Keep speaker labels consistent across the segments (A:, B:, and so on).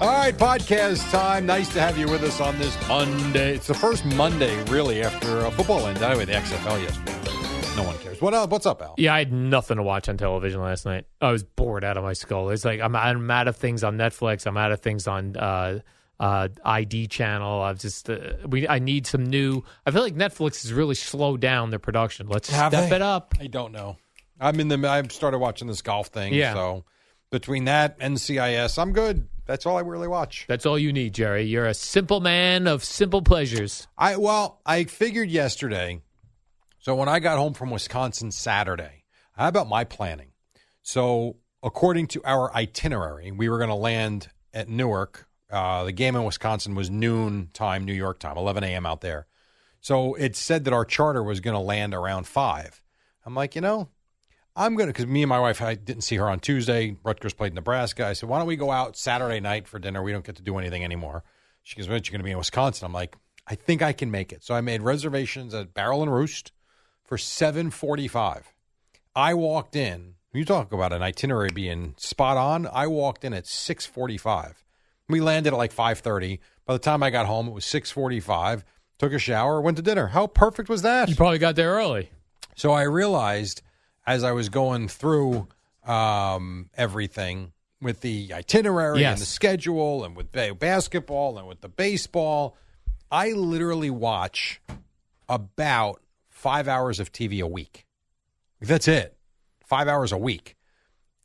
A: All right, podcast time. Nice to have you with us on this Monday. It's the first Monday, really, after uh, football ended. Anyway, the XFL yesterday. No one cares. What up? What's up, Al?
B: Yeah, I had nothing to watch on television last night. I was bored out of my skull. It's like I'm, I'm out of things on Netflix. I'm out of things on uh, uh, ID channel. I've just uh, we I need some new. I feel like Netflix has really slowed down their production. Let's
A: Have
B: step
A: they?
B: it up.
A: I don't know. I'm in the. I started watching this golf thing.
B: Yeah.
A: So between that and CIS, I'm good. That's all I really watch.
B: That's all you need, Jerry. You're a simple man of simple pleasures.
A: I well, I figured yesterday. So when I got home from Wisconsin Saturday, how about my planning? So according to our itinerary, we were going to land at Newark. Uh, the game in Wisconsin was noon time, New York time, 11 a.m. out there. So it said that our charter was going to land around five. I'm like, you know, I'm going to, because me and my wife, I didn't see her on Tuesday. Rutgers played Nebraska. I said, why don't we go out Saturday night for dinner? We don't get to do anything anymore. She goes, well, you're going to be in Wisconsin. I'm like, I think I can make it. So I made reservations at Barrel and Roost for 7.45. I walked in. You talk about an itinerary being spot on. I walked in at 6.45. We landed at like 5.30. By the time I got home, it was 6.45. Took a shower, went to dinner. How perfect was that?
B: You probably got there early.
A: So I realized as I was going through um, everything with the itinerary
B: Yes.
A: and the schedule and with ba- basketball and with the baseball, I literally watch about five hours of TV a week. That's it, five hours a week.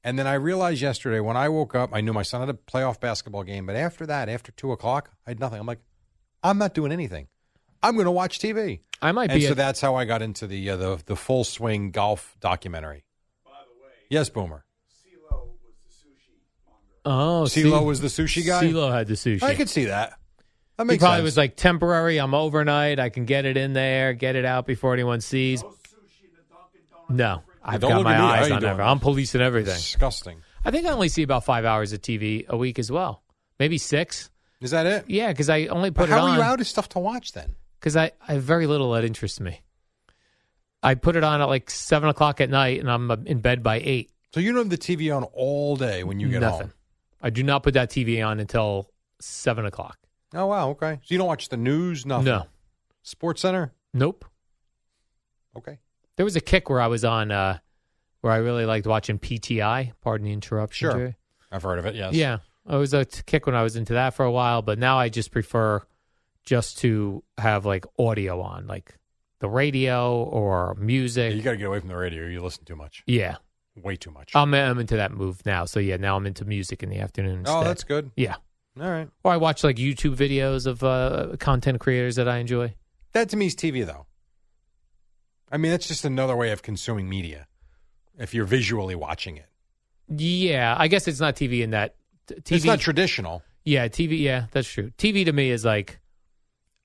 A: And then I realized yesterday when I woke up, I knew my son had a playoff basketball game. But after that, after two o'clock, I had nothing. I'm like, I'm not doing anything. I'm going to watch TV
B: I might
A: and
B: be.
A: so
B: a-
A: that's how I got into the uh, the the full swing golf documentary. By the way, yes, Boomer.
B: oh,
A: CeeLo was the sushi guy.
B: CeeLo had the sushi.
A: I could see that. That
B: He
A: makes
B: probably
A: sense.
B: was like temporary. I'm overnight. I can get it in there, get it out before anyone sees. No, I've
A: don't
B: got
A: look
B: my
A: at me. How
B: eyes
A: you
B: on
A: doing?
B: everything. I'm policing everything.
A: disgusting.
B: I think I only see about five hours of TV a week as well, maybe six.
A: Is that it?
B: Yeah, because I only put
A: But how
B: it
A: are you
B: on
A: out of stuff to watch then?
B: because I, I have very little that interests me. I put it on at like seven o'clock at night, and I'm uh, in bed by eight.
A: So you don't have the TV on all day when you get
B: Nothing.
A: home.
B: I do not put that TV on until seven o'clock.
A: Oh wow, okay. So you don't watch the news, nothing.
B: No,
A: Sports Center.
B: nope.
A: Okay,
B: There was a kick where I was on, uh, where I really liked watching PTI. Pardon the interruption.
A: Sure.
B: Jerry.
A: I've heard of it. Yes.
B: Yeah, I was a t- kick when I was into that for a while, but now I just prefer just to have like audio on, like the radio or
A: Yeah,
B: music.
A: you got to get away from the radio. You listen too much.
B: yeah,
A: Way too much.
B: I'm, I'm into that move now. So yeah, now I'm into music in the afternoon.
A: oh,
B: instead.
A: that's good.
B: yeah.
A: All right.
B: Or I watch like YouTube videos of uh, content creators that I enjoy.
A: That to me is TV though. I mean, that's just another way of consuming media if you're visually watching it.
B: Yeah, I guess it's not TV in that t- TV.
A: It's not traditional.
B: yeah, TV. Yeah, that's true. TV to me is like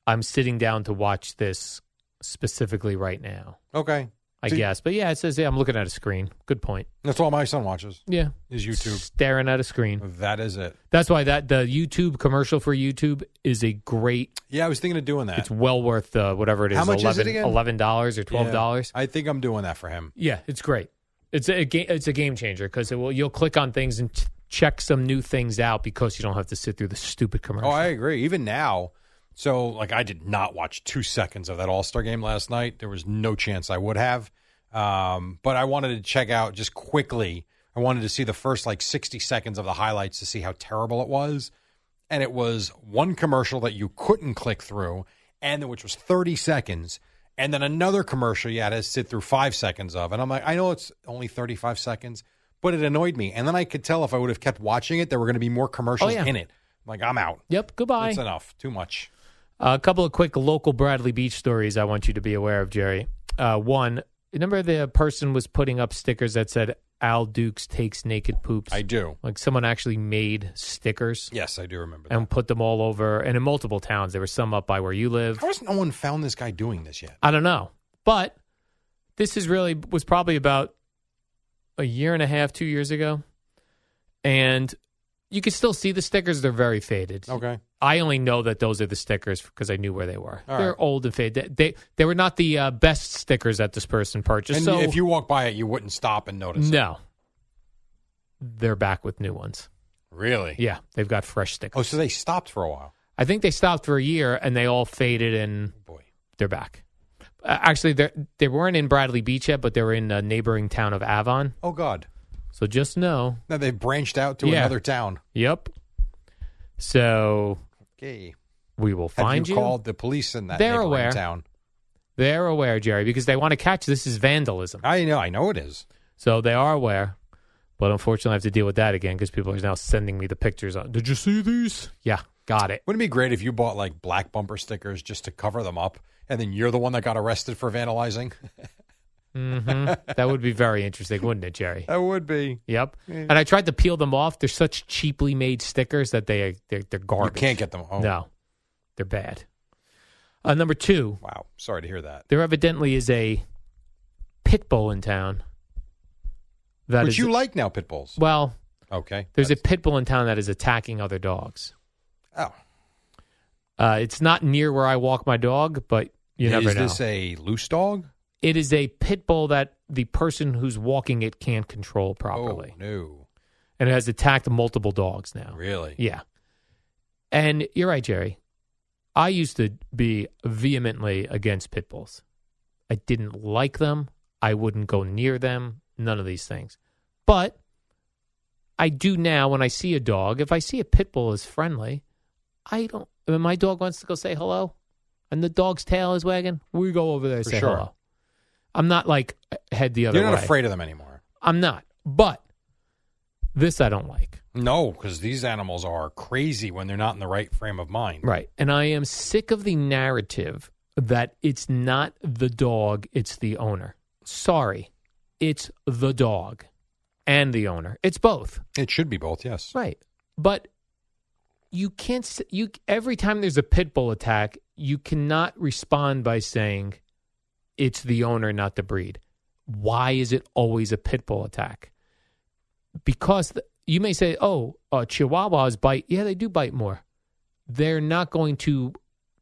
B: I'm sitting down to watch this specifically right now.
A: Okay.
B: I
A: So-
B: guess, but yeah, it says yeah, I'm looking at a screen. Good point.
A: That's all my son watches
B: Yeah,
A: is YouTube.
B: staring at a screen.
A: That is it.
B: That's why that the YouTube commercial for YouTube is a great.
A: Yeah, I was thinking of doing that.
B: It's well worth the whatever it is.
A: How much is it again?
B: Eleven dollars or twelve dollars.
A: Yeah, I think I'm doing that for him.
B: Yeah, it's great. It's a ga- it's a game changer because it will you'll click on things and ch- check some new things out because you don't have to sit through the stupid commercial.
A: Oh, I agree. Even now, so like I did not watch two seconds of that All Star game last night. There was no chance I would have. Um, but I wanted to check out just quickly. I wanted to see the first like 60 seconds of the highlights to see how terrible it was. And it was one commercial that you couldn't click through, and then- which was 30 seconds. And then another commercial you had to sit through five seconds of. And I'm like, I know it's only 35 seconds, but it annoyed me. And then I could tell if I would have kept watching it, there were going to be more commercials
B: Oh, yeah.
A: in it. I'm like, I'm out.
B: Yep. Goodbye.
A: It's enough. Too much.
B: a couple of quick local Bradley Beach stories I want you to be aware of, Jerry. Uh, one, remember the person was putting up stickers that said "Al Dukes takes naked poops."
A: I do.
B: like someone actually made stickers
A: Yes, I do remember that.
B: and put them all over, and in multiple towns. There were some up by where you live.
A: How has no one found this guy doing this yet?
B: I don't know. But this is really was probably about a year and a half, two years ago. And you can still see the stickers. They're very faded.
A: Okay.
B: I only know that those are the stickers because I knew where they were.
A: All
B: they're
A: right.
B: old and faded. They, they they were not the uh, best stickers that this person purchased.
A: and
B: so
A: if you walk by it, you wouldn't stop and notice. it.
B: no, they're back with new ones.
A: Really?
B: Yeah, they've got fresh stickers.
A: Oh, so they stopped for a while. Oh,
B: I think they stopped for a year and they all faded and
A: Boy.
B: they're back. Uh, actually, they they weren't in Bradley Beach yet, but they were in the neighboring town of Avon.
A: Oh, God.
B: So just know.
A: Now they've branched out to
B: Yeah.
A: another town.
B: Yep. So
A: Okay.
B: we will
A: Have
B: find
A: you,
B: you.
A: called the police in that
B: They're
A: neighboring
B: aware.
A: town?
B: They're aware, Jerry, because they want to catch this is vandalism.
A: I know. I know it is.
B: So they are aware. But unfortunately, I have to deal with that again because people are now sending me the pictures. On, Did you see these? Yeah, got it.
A: Wouldn't it be great if you bought like black bumper stickers just to cover them up, and then you're the one that got arrested for vandalizing?
B: That would be very interesting, wouldn't it, Jerry?
A: that would be.
B: Yep. And I tried to peel them off. They're such cheaply made stickers that they they're, they're
A: You
B: garbage.
A: can't get them. Oh,
B: No, they're bad. Uh, number two,
A: Wow. Sorry to hear that.
B: there evidently is a pit bull in town. That is
A: Which you like now, pit bulls.
B: well.
A: Okay.
B: There's a pit bull in town that is attacking other dogs.
A: Oh.
B: Uh, it's not near where I walk my dog, but you never
A: is
B: know.
A: this a loose dog?
B: it is a pit bull that the person who's walking it can't control properly,
A: Oh, no.
B: and it has attacked multiple dogs now.
A: Really?
B: Yeah. And you're right, Jerry. I used to be vehemently against pit bulls. I didn't like them. I wouldn't go near them. None of these things. But I do now when I see a dog. If I see a pit bull is friendly, I don't. When my dog wants to go say hello, and the dog's tail is wagging, we go over there and
A: For
B: say
A: sure.
B: hello. I'm not like head the other
A: You're not
B: way.
A: afraid of them anymore.
B: I'm not. But this I don't like.
A: No, because these animals are crazy when they're not in the right frame of mind.
B: Right. And I am sick of the narrative that it's not the dog, it's the owner. Sorry. It's the dog and the owner. It's both.
A: It should be both, yes.
B: Right. But you can't s- you every time there's a pit bull attack, you cannot respond by saying it's the owner not the breed. Why is it always a pit bull attack? Because the, you may say, "Oh, uh, chihuahuas bite." Yeah, they do bite more. They're not going to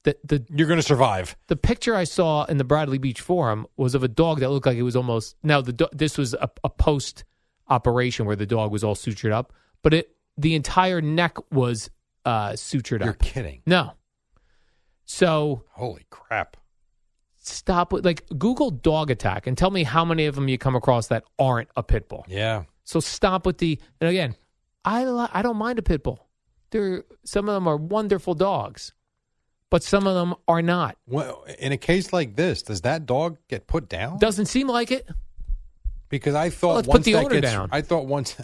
B: the the
A: You're going to survive.
B: the picture I saw in the Bradley Beach Forum was of a dog that looked like it was almost now the do- this was a, a post operation where the dog was all sutured up, but it the entire neck was uh, sutured
A: You're
B: up.
A: kidding.
B: No, so
A: Holy crap.
B: stop with like Google dog attack and tell me how many of them you come across that aren't a pit bull.
A: Yeah.
B: So stop with the and again, I li- I don't mind a pit bull. There some of them are wonderful dogs, but some of them are not.
A: Well, in a case like this, does that dog get put down?
B: Doesn't seem like it.
A: Because I
B: Well,
A: thought
B: let's put
A: once
B: the
A: that
B: owner
A: gets,
B: down.
A: I thought once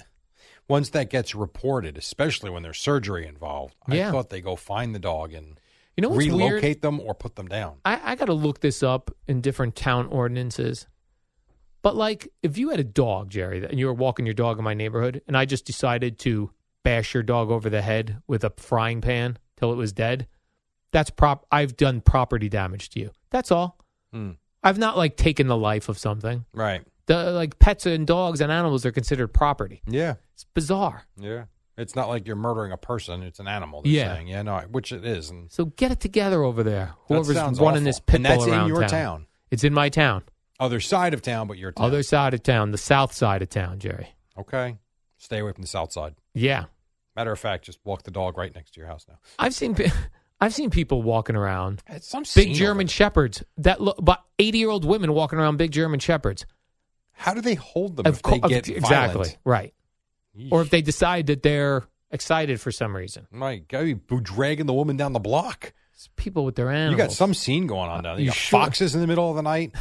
A: once that gets reported, especially when there's surgery involved,
B: Yeah.
A: I thought they go find the dog and
B: You know what's
A: relocate
B: weird?
A: them or put them down.
B: I, I got to look this up in different town ordinances. But like, if you had a dog, Jerry, and you were walking your dog in my neighborhood, and I just decided to bash your dog over the head with a frying pan till it was dead, that's prop. I've done property damage to you. That's all.
A: Hmm.
B: I've not like taken the life of something.
A: Right.
B: The like pets and dogs and animals are considered property.
A: Yeah.
B: It's bizarre.
A: Yeah. It's not like you're murdering a person. It's an animal. They're
B: Yeah.
A: Saying. Yeah. No. Which it is. And
B: So get it together over there.
A: that
B: Whoever's running
A: sounds awful.
B: this pit
A: And that's
B: bull around
A: in your town.
B: It's in my town.
A: Other side of town, but your town.
B: Other side of town, the south side of town, Jerry.
A: Okay. Stay away from the south side.
B: Yeah,
A: Matter of fact, just walk the dog right next to your house now.
B: I've seen pe- I've seen people walking around
A: It's some
B: big
A: senile-
B: German shepherds that look about eighty year old women walking around big German shepherds.
A: How do they hold them if
B: Of
A: they
B: co- of-
A: get
B: exactly right,
A: violent?
B: or if they decide that they're excited for some reason.
A: My God, you be dragging the woman down the block.
B: It's people with their animals. Uh,
A: You got some scene going on down there. You,
B: You
A: got
B: sure?
A: foxes in the middle of the night.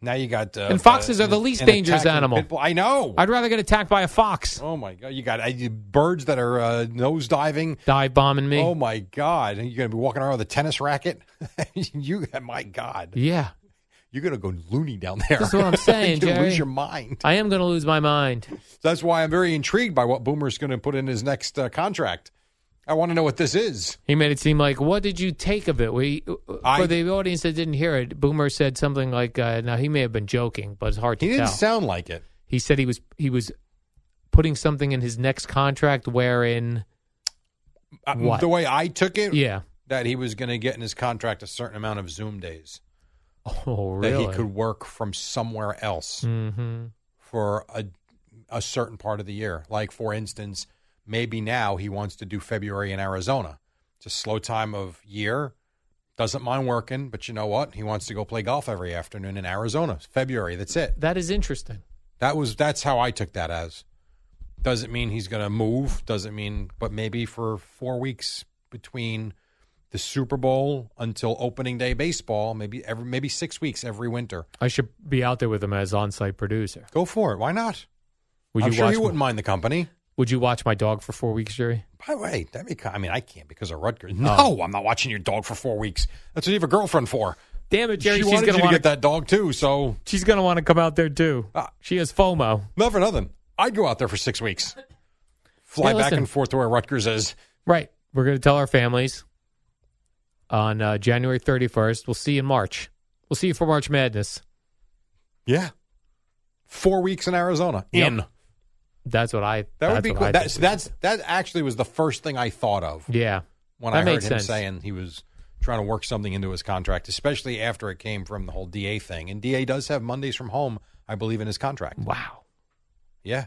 A: Now you got uh,
B: And foxes are the
A: an-
B: least
A: an
B: dangerous
A: attacking
B: animal.
A: pit bull. I know.
B: I'd rather get attacked by a fox
A: oh my God, you got uh, you- birds that are uh, nose diving.
B: dive bombing me.
A: Oh my God, and you're gonna be walking around with a tennis racket. you, my God,
B: yeah,
A: you're gonna go loony down there.
B: That's what I'm saying,
A: you're gonna
B: Jerry.
A: lose your mind.
B: I am going to lose my mind.
A: That's why I'm very intrigued by what Boomer's going to put in his next uh, contract. I want to know what this is.
B: He made it seem like, what did you take of it? We, uh,
A: I-
B: for the audience that didn't hear it, Boomer said something like, uh, "Now he may have been joking, but it's hard to
A: He didn't
B: tell."
A: sound like it.
B: he said he was he was putting something in his next contract wherein,
A: Uh,
B: What?
A: The way I took it,
B: yeah,
A: that he was going to get in his contract a certain amount of Zoom days
B: oh really?
A: that he could work from somewhere else
B: hmm
A: for a a certain part of the year. Like for instance, maybe now he wants to do February in Arizona. It's a slow time of year. Doesn't mind working, but you know what? He wants to go play golf every afternoon in Arizona. February, that's it.
B: That is interesting.
A: That was that's how I took that as. Doesn't mean he's going to move. Doesn't mean, but maybe for four weeks between the Super Bowl until opening day baseball, maybe every maybe six weeks every winter.
B: I should be out there with him as on-site producer.
A: Go for it. Why not?
B: Would
A: I'm
B: you
A: sure
B: watch?
A: he wouldn't mind the company.
B: Would you watch my dog for four weeks, Jerry?
A: By the way, that be. I mean, I can't because of Rutgers. No, I'm not watching your dog for four weeks. That's what you have a girlfriend for.
B: Damn it, Jerry!
A: she
B: she's
A: wanted
B: gonna
A: you to
B: want
A: get that dog too. So
B: She's gonna want to come out there too.
A: Ah.
B: she has FOMO.
A: not for nothing. I'd go out there for six weeks, fly
B: Yeah,
A: back
B: listen.
A: and forth to where Rutgers is.
B: Right. We're going to tell our families on uh, January 31st. We'll see you in March. We'll see you for March Madness.
A: Yeah. Four weeks in Arizona.
B: Yep.
A: In. That
B: That's what I.
A: would
B: that's
A: be
B: what
A: cool.
B: I
A: That's
B: think.
A: that's that actually was the first thing I thought of
B: yeah.
A: when
B: That
A: I heard
B: makes
A: him
B: sense.
A: saying he was trying to work something into his contract, especially after it came from the whole DA thing. And DA does have Mondays from home, I believe, in his contract.
B: Wow.
A: Yeah.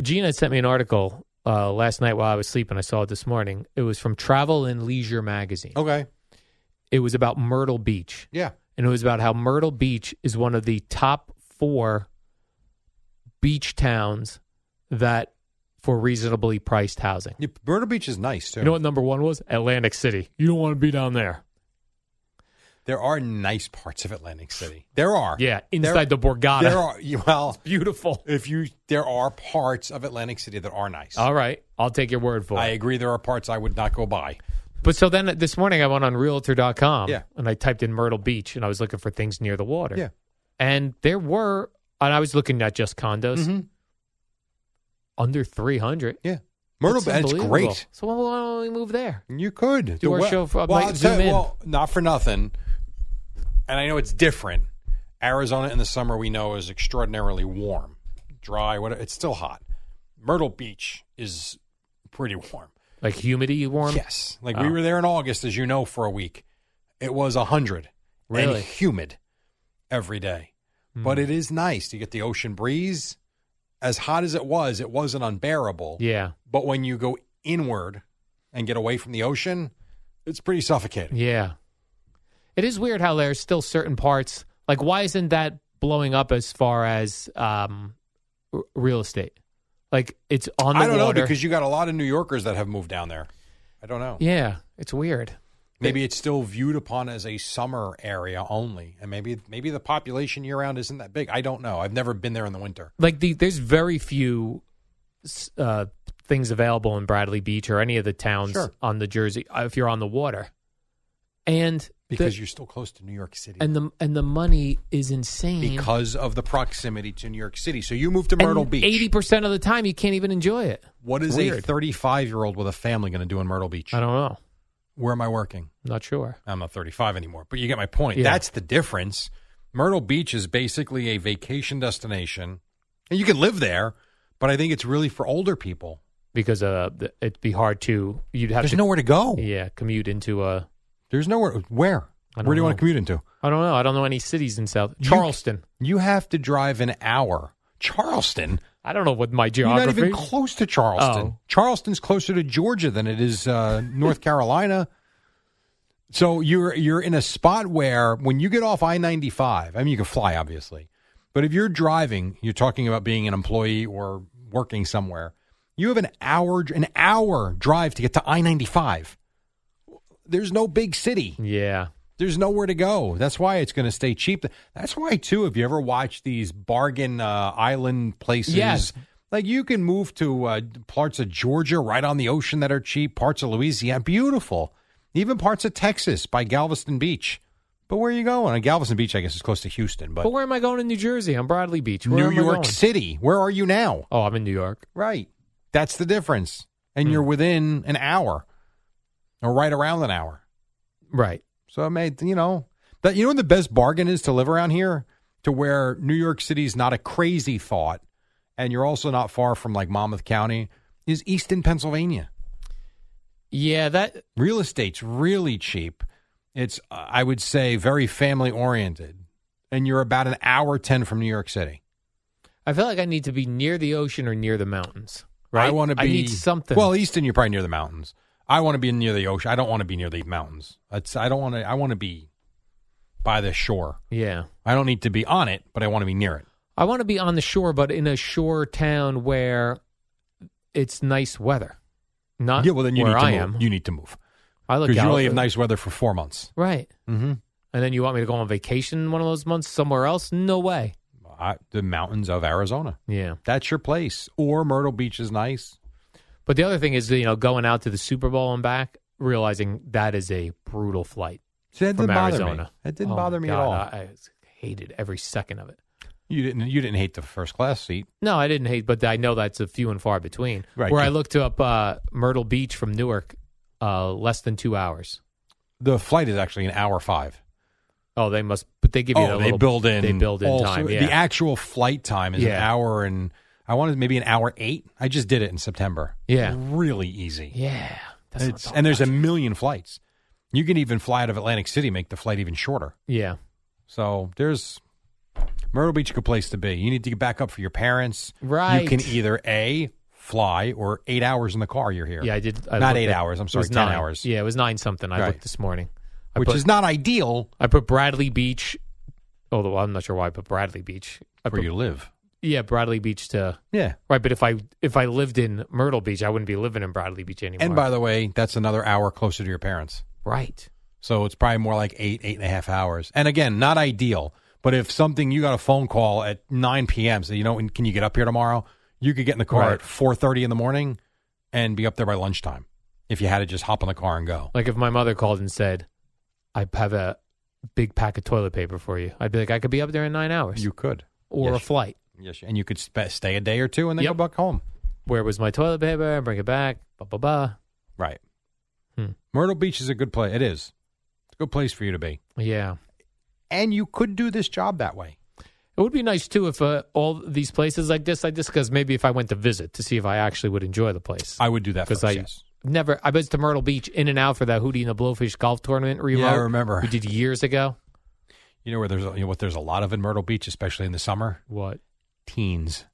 B: Gina sent me an article uh, last night while I was sleeping. I saw it this morning. It was from Travel and Leisure magazine.
A: Okay.
B: It was about Myrtle Beach,
A: Yeah.
B: and it was about how Myrtle Beach is one of the top four beach towns that for reasonably priced housing.
A: yeah Myrtle Beach is nice too.
B: You know what number one was? Atlantic City. You don't want to be down there.
A: there are nice parts of Atlantic City. There are.
B: Yeah,
A: There-
B: inside the Borgata.
A: There are well
B: Beautiful.
A: if you there are parts of Atlantic City that are nice.
B: All right, I'll take your word for
A: I
B: it.
A: agree there are parts I would not go by.
B: But so then this morning I went on Realtor.com
A: Yeah.
B: and I typed in Myrtle Beach and I was looking for things near the water.
A: Yeah.
B: And there were, and I was looking at just condos
A: Mhm.
B: under 300.
A: Yeah. Myrtle Beach
B: That's
A: it's
B: unbelievable.
A: great.
B: So why don't we move there?
A: You could
B: Do our
A: we-
B: show for-
A: well,
B: like,
A: I'll
B: zoom
A: tell you-
B: in.
A: well, not for nothing. And I know it's different. Arizona in the summer we know is extraordinarily warm, dry. What it's still hot. Myrtle Beach is pretty warm.
B: Like humidity warm?
A: Yes, like
B: Oh.
A: we were there in August, as you know, for a week. It was a hundred
B: Really? Hmm.
A: and humid every day, but it is nice. You get the ocean breeze. As hot as it was, it wasn't unbearable.
B: Yeah.
A: But when you go inward and get away from the ocean, it's pretty suffocating.
B: Yeah. It is weird how there's still certain parts. Like, why isn't that blowing up as far as um, r- real estate? Like, it's on the
A: I don't
B: water.
A: know because you got a lot of New Yorkers that have moved down there. I don't know.
B: yeah, it's weird.
A: Maybe it's still viewed upon as a summer area only, and maybe maybe the population year round isn't that big. I don't know. I've never been there in the winter.
B: Like, the, there's very few s- uh, things available in Bradley Beach or any of the towns
A: Sure.
B: on the Jersey uh, if you're on the water. And
A: Because
B: the,
A: you're still close to New York City.
B: and the and the money is insane.
A: because of the proximity to New York City. So you moved to Myrtle Beach.
B: Eighty percent of the time, you can't even enjoy it.
A: what is a
B: Weird.
A: 35 year old with a family going to do in Myrtle Beach?
B: I don't know.
A: Where am I working?
B: Not sure.
A: I'm not 35 anymore, but you get my point.
B: Yeah.
A: That's the difference. Myrtle Beach is basically a vacation destination, and you can live there, but I think it's really for older people.
B: because uh, the- it'd be hard to you'd have
A: There's
B: to
A: nowhere to go.
B: yeah commute into a
A: There's nowhere.
B: I
A: Where? Where
B: don't
A: do you
B: know.
A: want to commute into?
B: I don't know I don't know any cities in South
A: You-
B: Charleston
A: You have to drive an hour. Charleston.
B: I don't know what my
A: You're not
B: geography
A: even close to Charleston.
B: Oh.
A: Charleston's closer to Georgia than it is uh, North Carolina. So you're you're in a spot where when you get off I ninety five, I mean you can fly obviously, but if you're driving, you're talking about being an employee or working somewhere. You have an hour an hour drive to get to I ninety five. There's no big city.
B: yeah
A: There's nowhere to go. That's why it's going to stay cheap. That's why too. If you ever watch these bargain uh, island places,
B: Yes.
A: like you can move to uh, parts of Georgia right on the ocean that are cheap, parts of Louisiana, beautiful, even parts of Texas by Galveston Beach. But where are you going? Uh, Galveston Beach, I guess, is close to Houston, but,
B: but where am I going in New Jersey I'm Bradley Beach Where
A: New
B: am I
A: York
B: going?
A: City. Where are you now?
B: oh I'm in New York
A: Right. That's the difference, and
B: Hmm.
A: you're within an hour, or right around an hour.
B: right
A: So I made you know that you know what the best bargain is to live around here to where New York City's not a crazy thought, and you're also not far from like Monmouth County is Easton, Pennsylvania.
B: yeah that
A: Real estate's really cheap. It's uh, I would say very family oriented, and you're about an hour ten from New York City.
B: I feel like I need to be near the ocean or near the mountains right
A: I want to be
B: I need something
A: Well, e- Easton, you're probably near the mountains. I want to be near the ocean. I don't want to be near the mountains. That's, I don't want to. I want to be by the shore.
B: yeah
A: I don't need to be on it, but I want to be near it.
B: I want to be on the shore but in a shore town where it's nice weather not
A: yeah, well then you
B: where
A: need to
B: I
A: move.
B: am
A: You need to move
B: I look uh,
A: because you
B: out
A: only have nice weather for four months.
B: right
A: Mm-hmm.
B: and then you want me to go on vacation one of those months somewhere else? No way.
A: I, the mountains of Arizona.
B: Yeah.
A: That's your place. Or Myrtle Beach is nice.
B: But the other thing is, you know, going out to the Super Bowl and back, realizing that is a brutal flight
A: See, that
B: from
A: didn't bother
B: Arizona.
A: me. That didn't
B: Oh,
A: bother me at
B: God,
A: all.
B: I, I hated every second of it.
A: you didn't. You didn't hate the first class seat.
B: No, I didn't hate, but I know that's a few and far between.
A: Right.
B: Where I looked up uh, Myrtle Beach from Newark, uh, less than two hours.
A: The flight is actually an hour five.
B: Oh, they must, but they give you.
A: oh,
B: that
A: they
B: little-
A: build in.
B: They build in
A: also-
B: time. Yeah.
A: The actual flight time is an
B: Yeah.
A: hour and I wanted maybe an hour eight. I just did it in September.
B: Yeah.
A: really easy.
B: yeah. That's
A: It's- and there's a million flights. You can even fly out of Atlantic City, make the flight even shorter.
B: yeah.
A: So there's Myrtle Beach, a good place to be. You need to get back up for your parents.
B: Right.
A: You can either a fly or eight hours in the car. You're here.
B: Yeah, I did. I
A: Not
B: looked
A: eight
B: at-
A: hours, I'm
B: it
A: sorry,
B: was
A: 10
B: nine.
A: hours.
B: Yeah, it was nine something. I
A: Right.
B: looked this morning, I
A: which
B: put,
A: is not ideal
B: I put Bradley Beach. Although I'm not sure why I put Bradley Beach. I
A: where
B: put,
A: you live.
B: Yeah, Bradley Beach to
A: Yeah.
B: right. But if I if I lived in Myrtle Beach, I wouldn't be living in Bradley Beach anymore.
A: And by the way, that's another hour closer to your parents.
B: right,
A: So it's probably more like eight, eight and a half hours. And again, not ideal. But if something you got a phone call at nine p.m. So you know, can you get up here tomorrow? You could get in the car
B: Right.
A: at four thirty in the morning and be up there by lunchtime if you had to just hop in the car and go.
B: like if my mother called and said, "I have a big pack of toilet paper for you," I'd be like, "I could be up there in nine hours
A: You could.
B: or
A: yes,
B: a flight."
A: Yes, and you could spe- stay a day or two and then
B: Yep.
A: go back home.
B: Where was my toilet paper? Bring it back. Ba ba ba.
A: Right.
B: Hmm.
A: Myrtle Beach is a good place. It is. It's a good place for you to be.
B: Yeah.
A: And you could do this job that way.
B: It would be nice too if uh, all these places like this, I just because maybe if I went to visit to see if I actually would enjoy the place.
A: I would do that first.
B: I
A: yes.
B: never, I was to Myrtle Beach in and out for that Hootie and the Blowfish golf tournament remote.
A: Yeah, I remember.
B: we did years ago.
A: You know where there's a- you know what there's a lot of in Myrtle Beach, especially in the summer.
B: What?
A: Teens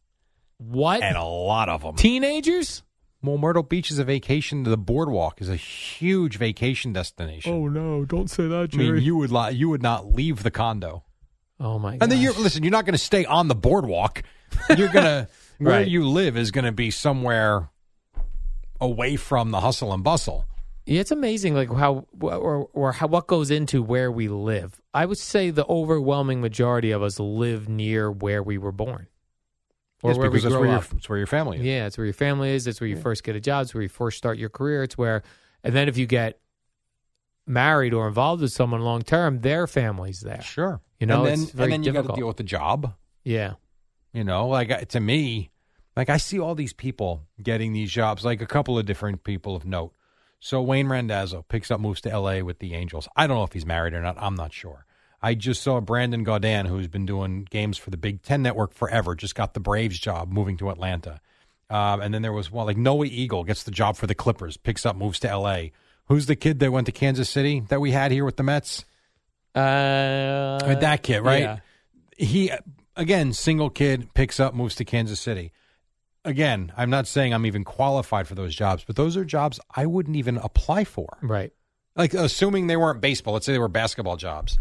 B: What?
A: and um, a lot of them.
B: Teenagers?
A: Well, Myrtle Beach is a vacation. The boardwalk is a huge vacation destination.
B: Oh no! Don't say that,
A: I mean,
B: Jerry.
A: you would li- you would not leave the condo.
B: oh my! Gosh.
A: And then you're listen. You're not going to stay on the boardwalk. You're gonna where
B: Right.
A: you live is going to be somewhere away from the hustle and bustle.
B: Yeah, it's amazing, like how or or how what goes into where we live. I would say the overwhelming majority of us live near where we were born, or
A: Yes,
B: where we
A: because that's
B: grow
A: where your
B: up.
A: that's where your family is.
B: Yeah, it's where your family is. It's where you first get a job. It's where you first start your career. It's where, and then if you get married or involved with someone long term, their family's there.
A: Sure.
B: You know,
A: and then,
B: it's very
A: and then you got to
B: difficult.
A: deal with the job.
B: Yeah,
A: You know, like I- to me, like I see all these people getting these jobs, like a couple of different people of note. So Wayne Randazzo picks up, moves to LA with the Angels. I don't know if he's married or not. I'm not sure. I just saw Brandon Gaudan, who's been doing games for the Big Ten Network forever, just got the Braves job, moving to Atlanta. Um, and then there was one like Noah Eagle gets the job for the Clippers, picks up, moves to LA. Who's the kid that went to Kansas City that we had here with the Mets?
B: uh,
A: With that kid, right?
B: yeah.
A: He again, single kid, picks up, moves to Kansas City. Again, I'm not saying I'm even qualified for those jobs, but those are jobs I wouldn't even apply for.
B: Right.
A: Like assuming they weren't baseball, let's say they were basketball jobs.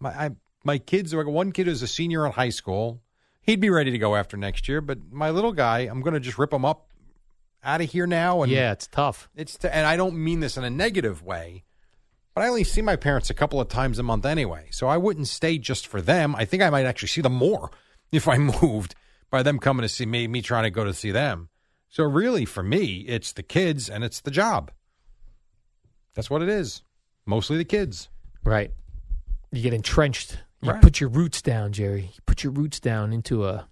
A: My I, my kids are one kid is a senior in high school. He'd be ready to go after next year, but my little guy, I'm going to just rip him up out of here now and
B: yeah, it's tough.
A: it's to, and I don't mean this in a negative way, but I only see my parents a couple of times a month anyway. So I wouldn't stay just for them. I think I might actually see them more if I moved by them coming to see me, me trying to go to see them. So really for me, it's the kids and it's the job. That's what it is. Mostly the kids.
B: Right. You get entrenched. You
A: Right.
B: put your roots down, Jerry. You put your roots down into a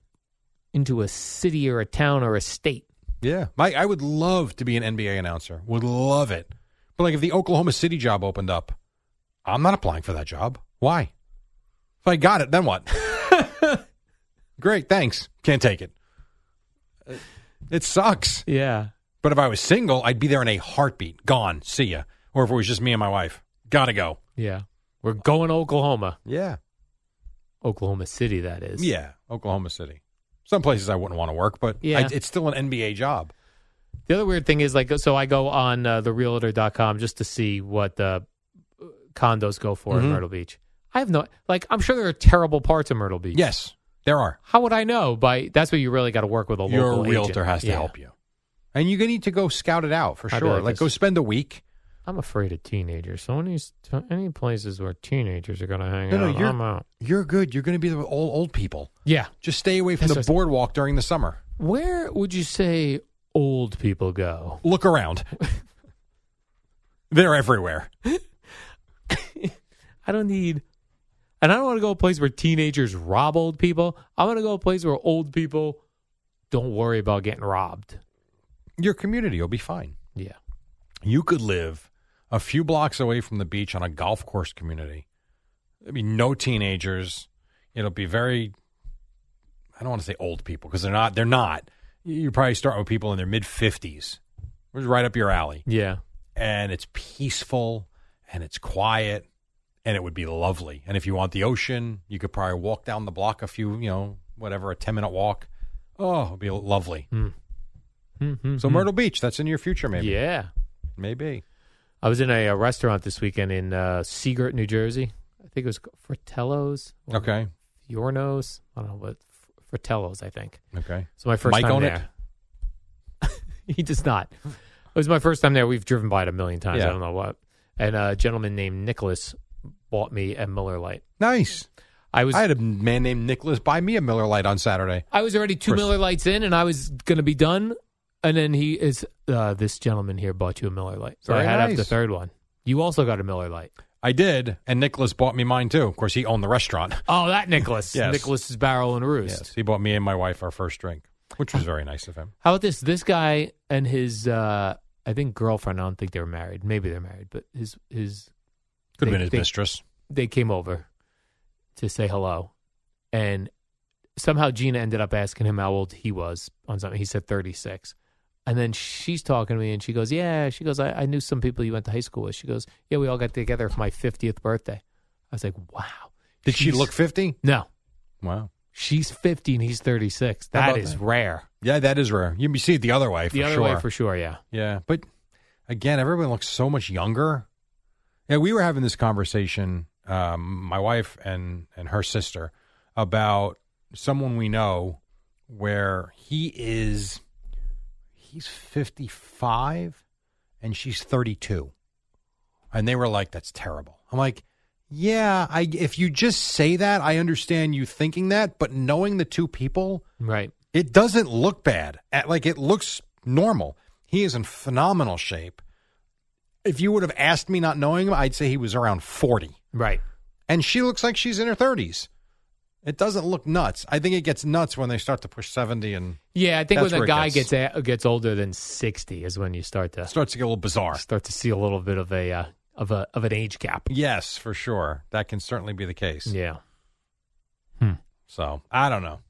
B: into a city or a town or a state.
A: Yeah. My I would love to be an NBA announcer. Would love it. But like if the Oklahoma City job opened up, I'm not applying for that job. Why? If I got it, then what? Great, thanks. Can't take it. Uh, It sucks.
B: Yeah.
A: But if I was single, I'd be there in a heartbeat. Gone. See ya. Or if it was just me and my wife, gotta go.
B: Yeah. We're going to Oklahoma.
A: Yeah.
B: Oklahoma City, that is.
A: Yeah. Oklahoma City. Some places I wouldn't want to work, but
B: Yeah.
A: I, it's still an NBA job.
B: The other weird thing is like so I go on uh, therealtor.com just to see what the uh, condos go for
A: Mm-hmm.
B: in Myrtle Beach. I have no like I'm sure there are terrible parts of Myrtle Beach.
A: Yes, there are.
B: How would I know? By that's where you really got to work with a
A: your
B: local
A: realtor
B: agent.
A: has to
B: Yeah.
A: help you and you're going to need to go scout it out for
B: I'd be
A: sure
B: like
A: like
B: this.
A: go spend a week
B: I'm afraid of teenagers. So any any places where teenagers are going to hang
A: No, no,
B: out,
A: you're-
B: I'm out.
A: you're good you're going to be with all old people
B: Yeah.
A: just stay away from
B: That's
A: the
B: what I
A: boardwalk during the summer
B: Where would you say old people go?
A: look around they're everywhere
B: I don't need, and I don't want to go a place where teenagers rob old people. I want to go a place where old people don't worry about getting robbed.
A: your community will be fine
B: Yeah.
A: you could live a few blocks away from the beach on a golf course community i mean no teenagers it'll be very i don't want to say old people because they're not they're not You- you probably start with people in their mid 50s which is right up your alley
B: Yeah.
A: and it's peaceful and it's quiet and it would be lovely. And if you want the ocean, you could probably walk down the block a few, you know, whatever, a 10 minute walk. Oh, it'd be lovely.
B: Hmm. Mm-hmm.
A: So Myrtle Beach, that's in your future maybe.
B: Yeah.
A: Maybe.
B: I was in a, uh restaurant this weekend in uh, Seagirt, New Jersey. I think it was Fratello's, or
A: Okay.
B: Fiorno's. I don't know what Fratello's. I think.
A: Okay.
B: So my first
A: Mike
B: time
A: own it?
B: there. he does not. It was my first time there. We've driven by it a million times.
A: Yeah.
B: I don't know what. And a gentleman named Nicholas bought me a Miller Lite.
A: Nice.
B: I was
A: I
B: I,
A: had a man named Nicholas buy me a Miller Lite on Saturday.
B: was already two
A: First-
B: Miller Lights in, and I was going to be done. And then he is uh, this gentleman here bought you a Miller Lite, so I
A: Very
B: had to have the
A: nice.
B: third one. You also got a Miller Lite.
A: I did, and Nicholas bought me mine too. Of course, he owned the restaurant.
B: Oh, that Nicholas,
A: Yes.
B: Nicholas's Barrel and Roost.
A: Yes, he bought me and my wife our first drink, which was very nice of him.
B: How about this? This guy and his, uh, I think girlfriend. I don't think they were married. Maybe they're married, but his his
A: Could have
B: They-
A: been his
B: they-
A: mistress.
B: they came over to say hello, and somehow Gina ended up asking him how old he was on something. He said thirty six, and then she's talking to me, and she goes, "Yeah." She goes, I, "I knew some people you went to high school with." She goes, "Yeah, we all got together for my fiftieth birthday." I was like, "Wow."
A: Did she
B: She's-
A: look 50?
B: No,
A: Wow.
B: She's 50 and he's 36.
A: How about
B: That is
A: that?
B: rare.
A: Yeah, that is rare. You can see it the other way for
B: the other
A: sure.
B: way, for sure, yeah.
A: Yeah, but again, everyone looks so much younger. Yeah, we were having this conversation, um, my wife and and her sister, about someone we know where he is. He's fifty five, and she's thirty two, and they were like, "That's terrible." I'm like. Yeah, I if you just say that, I understand you thinking that, but knowing the two people,
B: Right.
A: it doesn't look bad. At, like it looks normal. He is in phenomenal shape. If you would have asked me not knowing him, I'd say he was around 40.
B: Right.
A: And she looks like she's in her 30s. It doesn't look nuts. I think it gets nuts when they start to push 70 and
B: Yeah, I think
A: That's
B: when a
A: where it
B: guy
A: gets-
B: gets a- gets older than 60 is when you start to
A: starts to get a little bizarre.
B: start to see a little bit of a uh, of a of an age gap.
A: Yes, for sure. That can certainly be the case.
B: Yeah.
A: So, I don't know.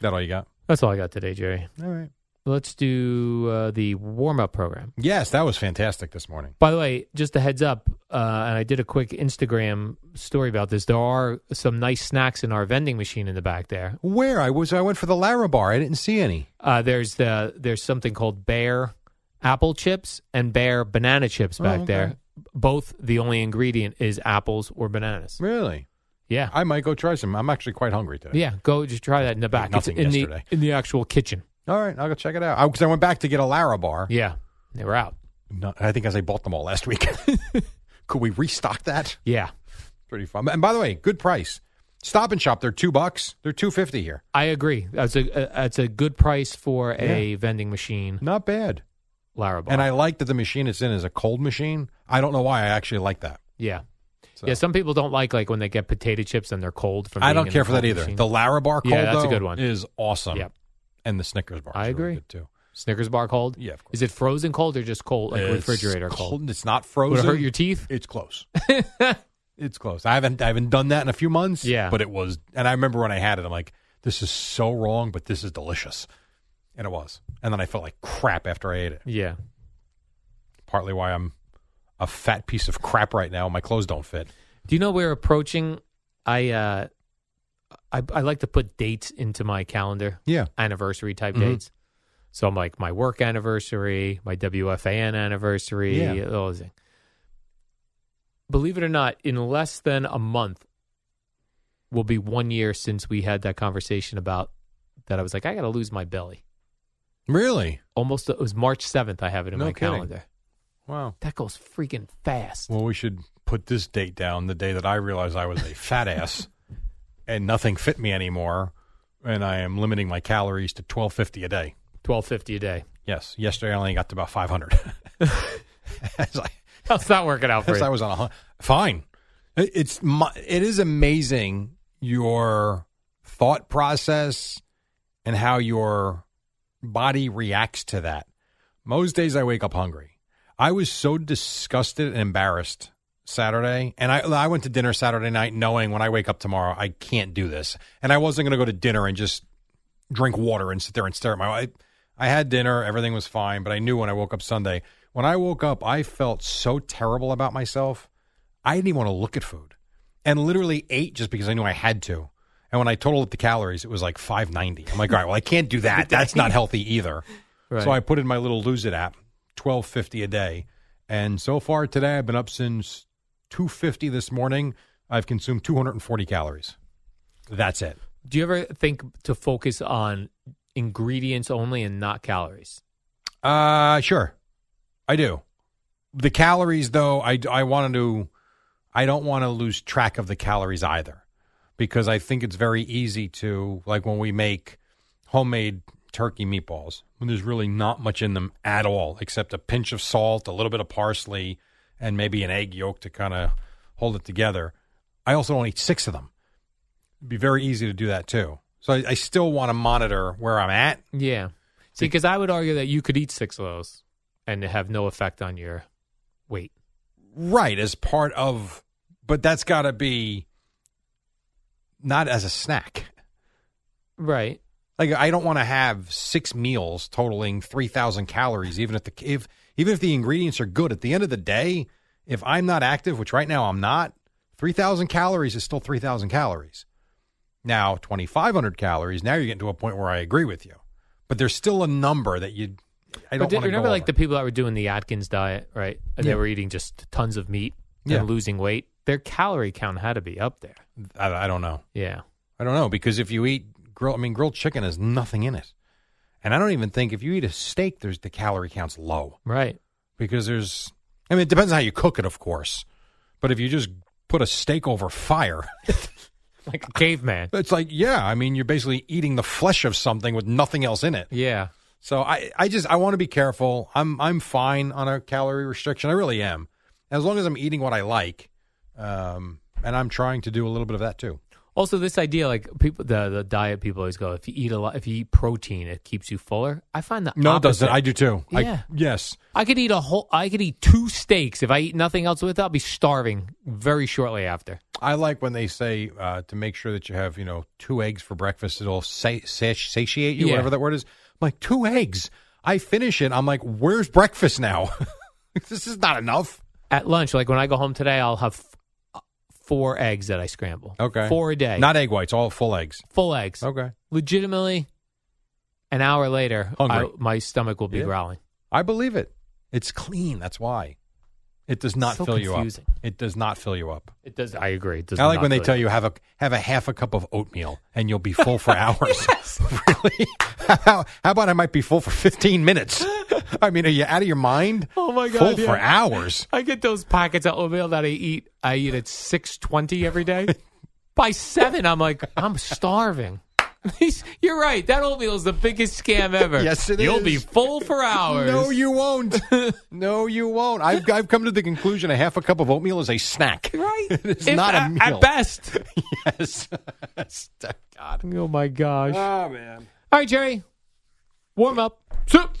A: That all you got?
B: That's all I got today, Jerry.
A: All right.
B: Let's do uh, the warm up program.
A: Yes, that was fantastic this morning.
B: By the way, just a heads up, uh, and I did a quick Instagram story about this. There are some nice snacks in our vending machine in the back there.
A: Where I was I went for the Larabar. I didn't see any.
B: Uh, there's the there's something called Bear apple chips and Bear banana chips
A: Oh,
B: back
A: okay.
B: there. Both the only ingredient is apples or bananas.
A: Really?
B: Yeah.
A: I might go try some. I'm actually quite hungry today.
B: Yeah, go just try that in the back. It's
A: nothing
B: in
A: yesterday.
B: the in the actual kitchen.
A: All right, I'll go check it out. Because I, went back to get a Larabar.
B: Yeah, they were out.
A: No, I think as I bought them all last week. Could we restock that?
B: Yeah,
A: Pretty fun. And by the way, good price. Stop and shop. They're two bucks. They're two fifty here.
B: I agree. That's a, a that's a good price for a vending machine
A: Not bad.
B: Larabar.
A: And I like that the machine it's in is a cold machine. I don't know why. I actually like that.
B: yeah.
A: So-
B: Yeah, some people don't like like when they get potato chips and they're cold from.
A: I
B: being
A: don't
B: in
A: care
B: the
A: for that
B: cold
A: either.
B: machine.
A: The Larabar cold
B: Yeah, that's a
A: though,
B: good one.
A: is awesome.
B: Yep.
A: And the Snickers bar. is
B: I
A: really
B: agree.
A: good, too.
B: Snickers bar cold.
A: Yeah, of course.
B: Is it frozen cold or just cold like
A: It's
B: refrigerator cold?
A: It's not
B: Would
A: frozen.
B: it hurt your teeth?
A: It's close. it's close. I haven't I haven't done that in a few months.
B: Yeah.
A: But it was and I remember when I had it, I'm like, this is so wrong, but this is delicious. And it was. And then I felt like crap after I ate it.
B: Yeah.
A: Partly why I'm a fat piece of crap right now. My clothes don't fit.
B: Do you know we're approaching? I uh, I I like to put dates into my calendar.
A: Yeah.
B: anniversary type
A: Mhm.
B: dates. So I'm like my work anniversary, my WFAN anniversary,
A: Yeah.
B: all those things. Believe it or not, in less than a month will be one year since we had that conversation about that I was like, I gotta lose my belly.
A: Really?
B: Almost it was March seventh I have it in
A: No
B: my
A: kidding.
B: calendar.
A: Wow.
B: That goes freaking fast.
A: Well, we should put this date down, the day that I realized I was a fat ass and nothing fit me anymore. And I am limiting my calories to twelve fifty a day.
B: Twelve fifty a day.
A: Yes. Yesterday I only got to about five hundred. As I
B: How's that working out for
A: Yes, I
B: you?
A: was on a hun- fine. It- It's mu- it is amazing your thought process and how your body reacts to that. Most days I wake up hungry. I was so disgusted and embarrassed Saturday, and I I went to dinner Saturday night knowing when I wake up tomorrow I can't do this, and I wasn't going to go to dinner and just drink water and sit there and stare at my wife. I had dinner, everything was fine, but I knew when I woke up Sunday. When I woke up, I felt so terrible about myself. I didn't even want to look at food and literally ate just because I knew I had to. And when I totaled up the calories, it was like 590. I'm like, all right, well, I can't do that. That's not healthy either. So I put in my little Lose It app, 1250 a day. And so far today, I've been up since 250 this morning. I've consumed 240 calories. That's it.
B: Do you ever think to focus on ingredients only and not calories?
A: Uh, sure, I do. The calories, though, I I wanted to, I don't want to lose track of the calories either, because I think it's very easy to like when we make homemade turkey meatballs when there's really not much in them at all except a pinch of salt, a little bit of parsley, and maybe an egg yolk to kind of hold it together. I also don't eat six of them. It'd be very easy to do that too. So I, I still want to monitor where I'm at
B: Yeah. See, because I would argue that you could eat six of those and it have no effect on your weight.
A: Right, as part of, but that's got to be not as a snack.
B: Right.
A: Like I don't want to have six meals totaling three thousand calories, even if the if even if the ingredients are good. At the end of the day, if I'm not active, which right now I'm not, three thousand calories is still three thousand calories. now 2,500 calories. Now you're getting to a point where I agree with you, but there's still a number that you. I don't
B: But did-
A: want to
B: remember,
A: go
B: like
A: over.
B: the people that were doing the Atkins diet, right? And
A: Yeah.
B: they were eating just tons of meat and
A: Yeah.
B: losing weight. Their calorie count had to be up there.
A: I, I don't know.
B: Yeah,
A: I don't know because if you eat grill, I mean, grilled chicken has nothing in it, and I don't even think if you eat a steak, there's the calorie count's low
B: right.
A: because there's. I mean, it depends on how you cook it, of course, but if you just put a steak over fire,
B: Like a caveman.
A: it's like yeah. I mean, you're basically eating the flesh of something with nothing else in it.
B: Yeah,
A: So I, I just I want to be careful. I'm I'm fine on a calorie restriction. I really am, as long as I'm eating what I like, um, and I'm trying to do a little bit of that too.
B: Also, this idea, like people, the the diet people always go, if you eat a lot, if you eat protein, it keeps you fuller. I find the
A: No, it
B: opposite.
A: doesn't. I do too. I-
B: Yeah.
A: yes.
B: I could eat a whole. I could eat two steaks if I eat nothing else with it. I'll be starving very shortly after.
A: I like when they say uh, to make sure that you have you know two eggs for breakfast. It'll sa- sa- satiate you,
B: Yeah.
A: whatever that word is. I'm like two eggs. I finish it. I'm like, where's breakfast now? this is not enough.
B: At lunch, like when I go home today, I'll have f- four eggs that I scramble.
A: Okay.
B: four a day,
A: Not egg whites. All full eggs.
B: full eggs.
A: Okay.
B: Legitimately, an hour later,
A: Hungry.
B: I- my stomach will be
A: Yeah.
B: growling.
A: I believe it. It's clean. That's why. It does not
B: So
A: fill
B: confusing.
A: you up. It does not fill you up.
B: It does. I agree. It does
A: I like
B: not
A: when they
B: feel
A: tell you have a have a half a cup of oatmeal and you'll be full for hours. really? How, how about I might be full for fifteen minutes? I mean, are you out of your mind?
B: Oh my God,
A: Full
B: yeah.
A: for hours.
B: I get those packets of oatmeal that I eat. I eat at six twenty every day. By seven, I'm like, I'm starving. These- You're right. That oatmeal is the biggest scam ever.
A: Yes, it
B: You'll be
A: is.
B: full for hours.
A: No, you won't. no, you won't. I've I've come to the conclusion a half a cup of oatmeal is a snack.
B: right.
A: It's
B: If
A: not a
B: at,
A: meal.
B: At best.
A: Yes. Yes. God.
B: Oh my gosh.
A: Oh man.
B: All right, Jerry. Warm up. Sup.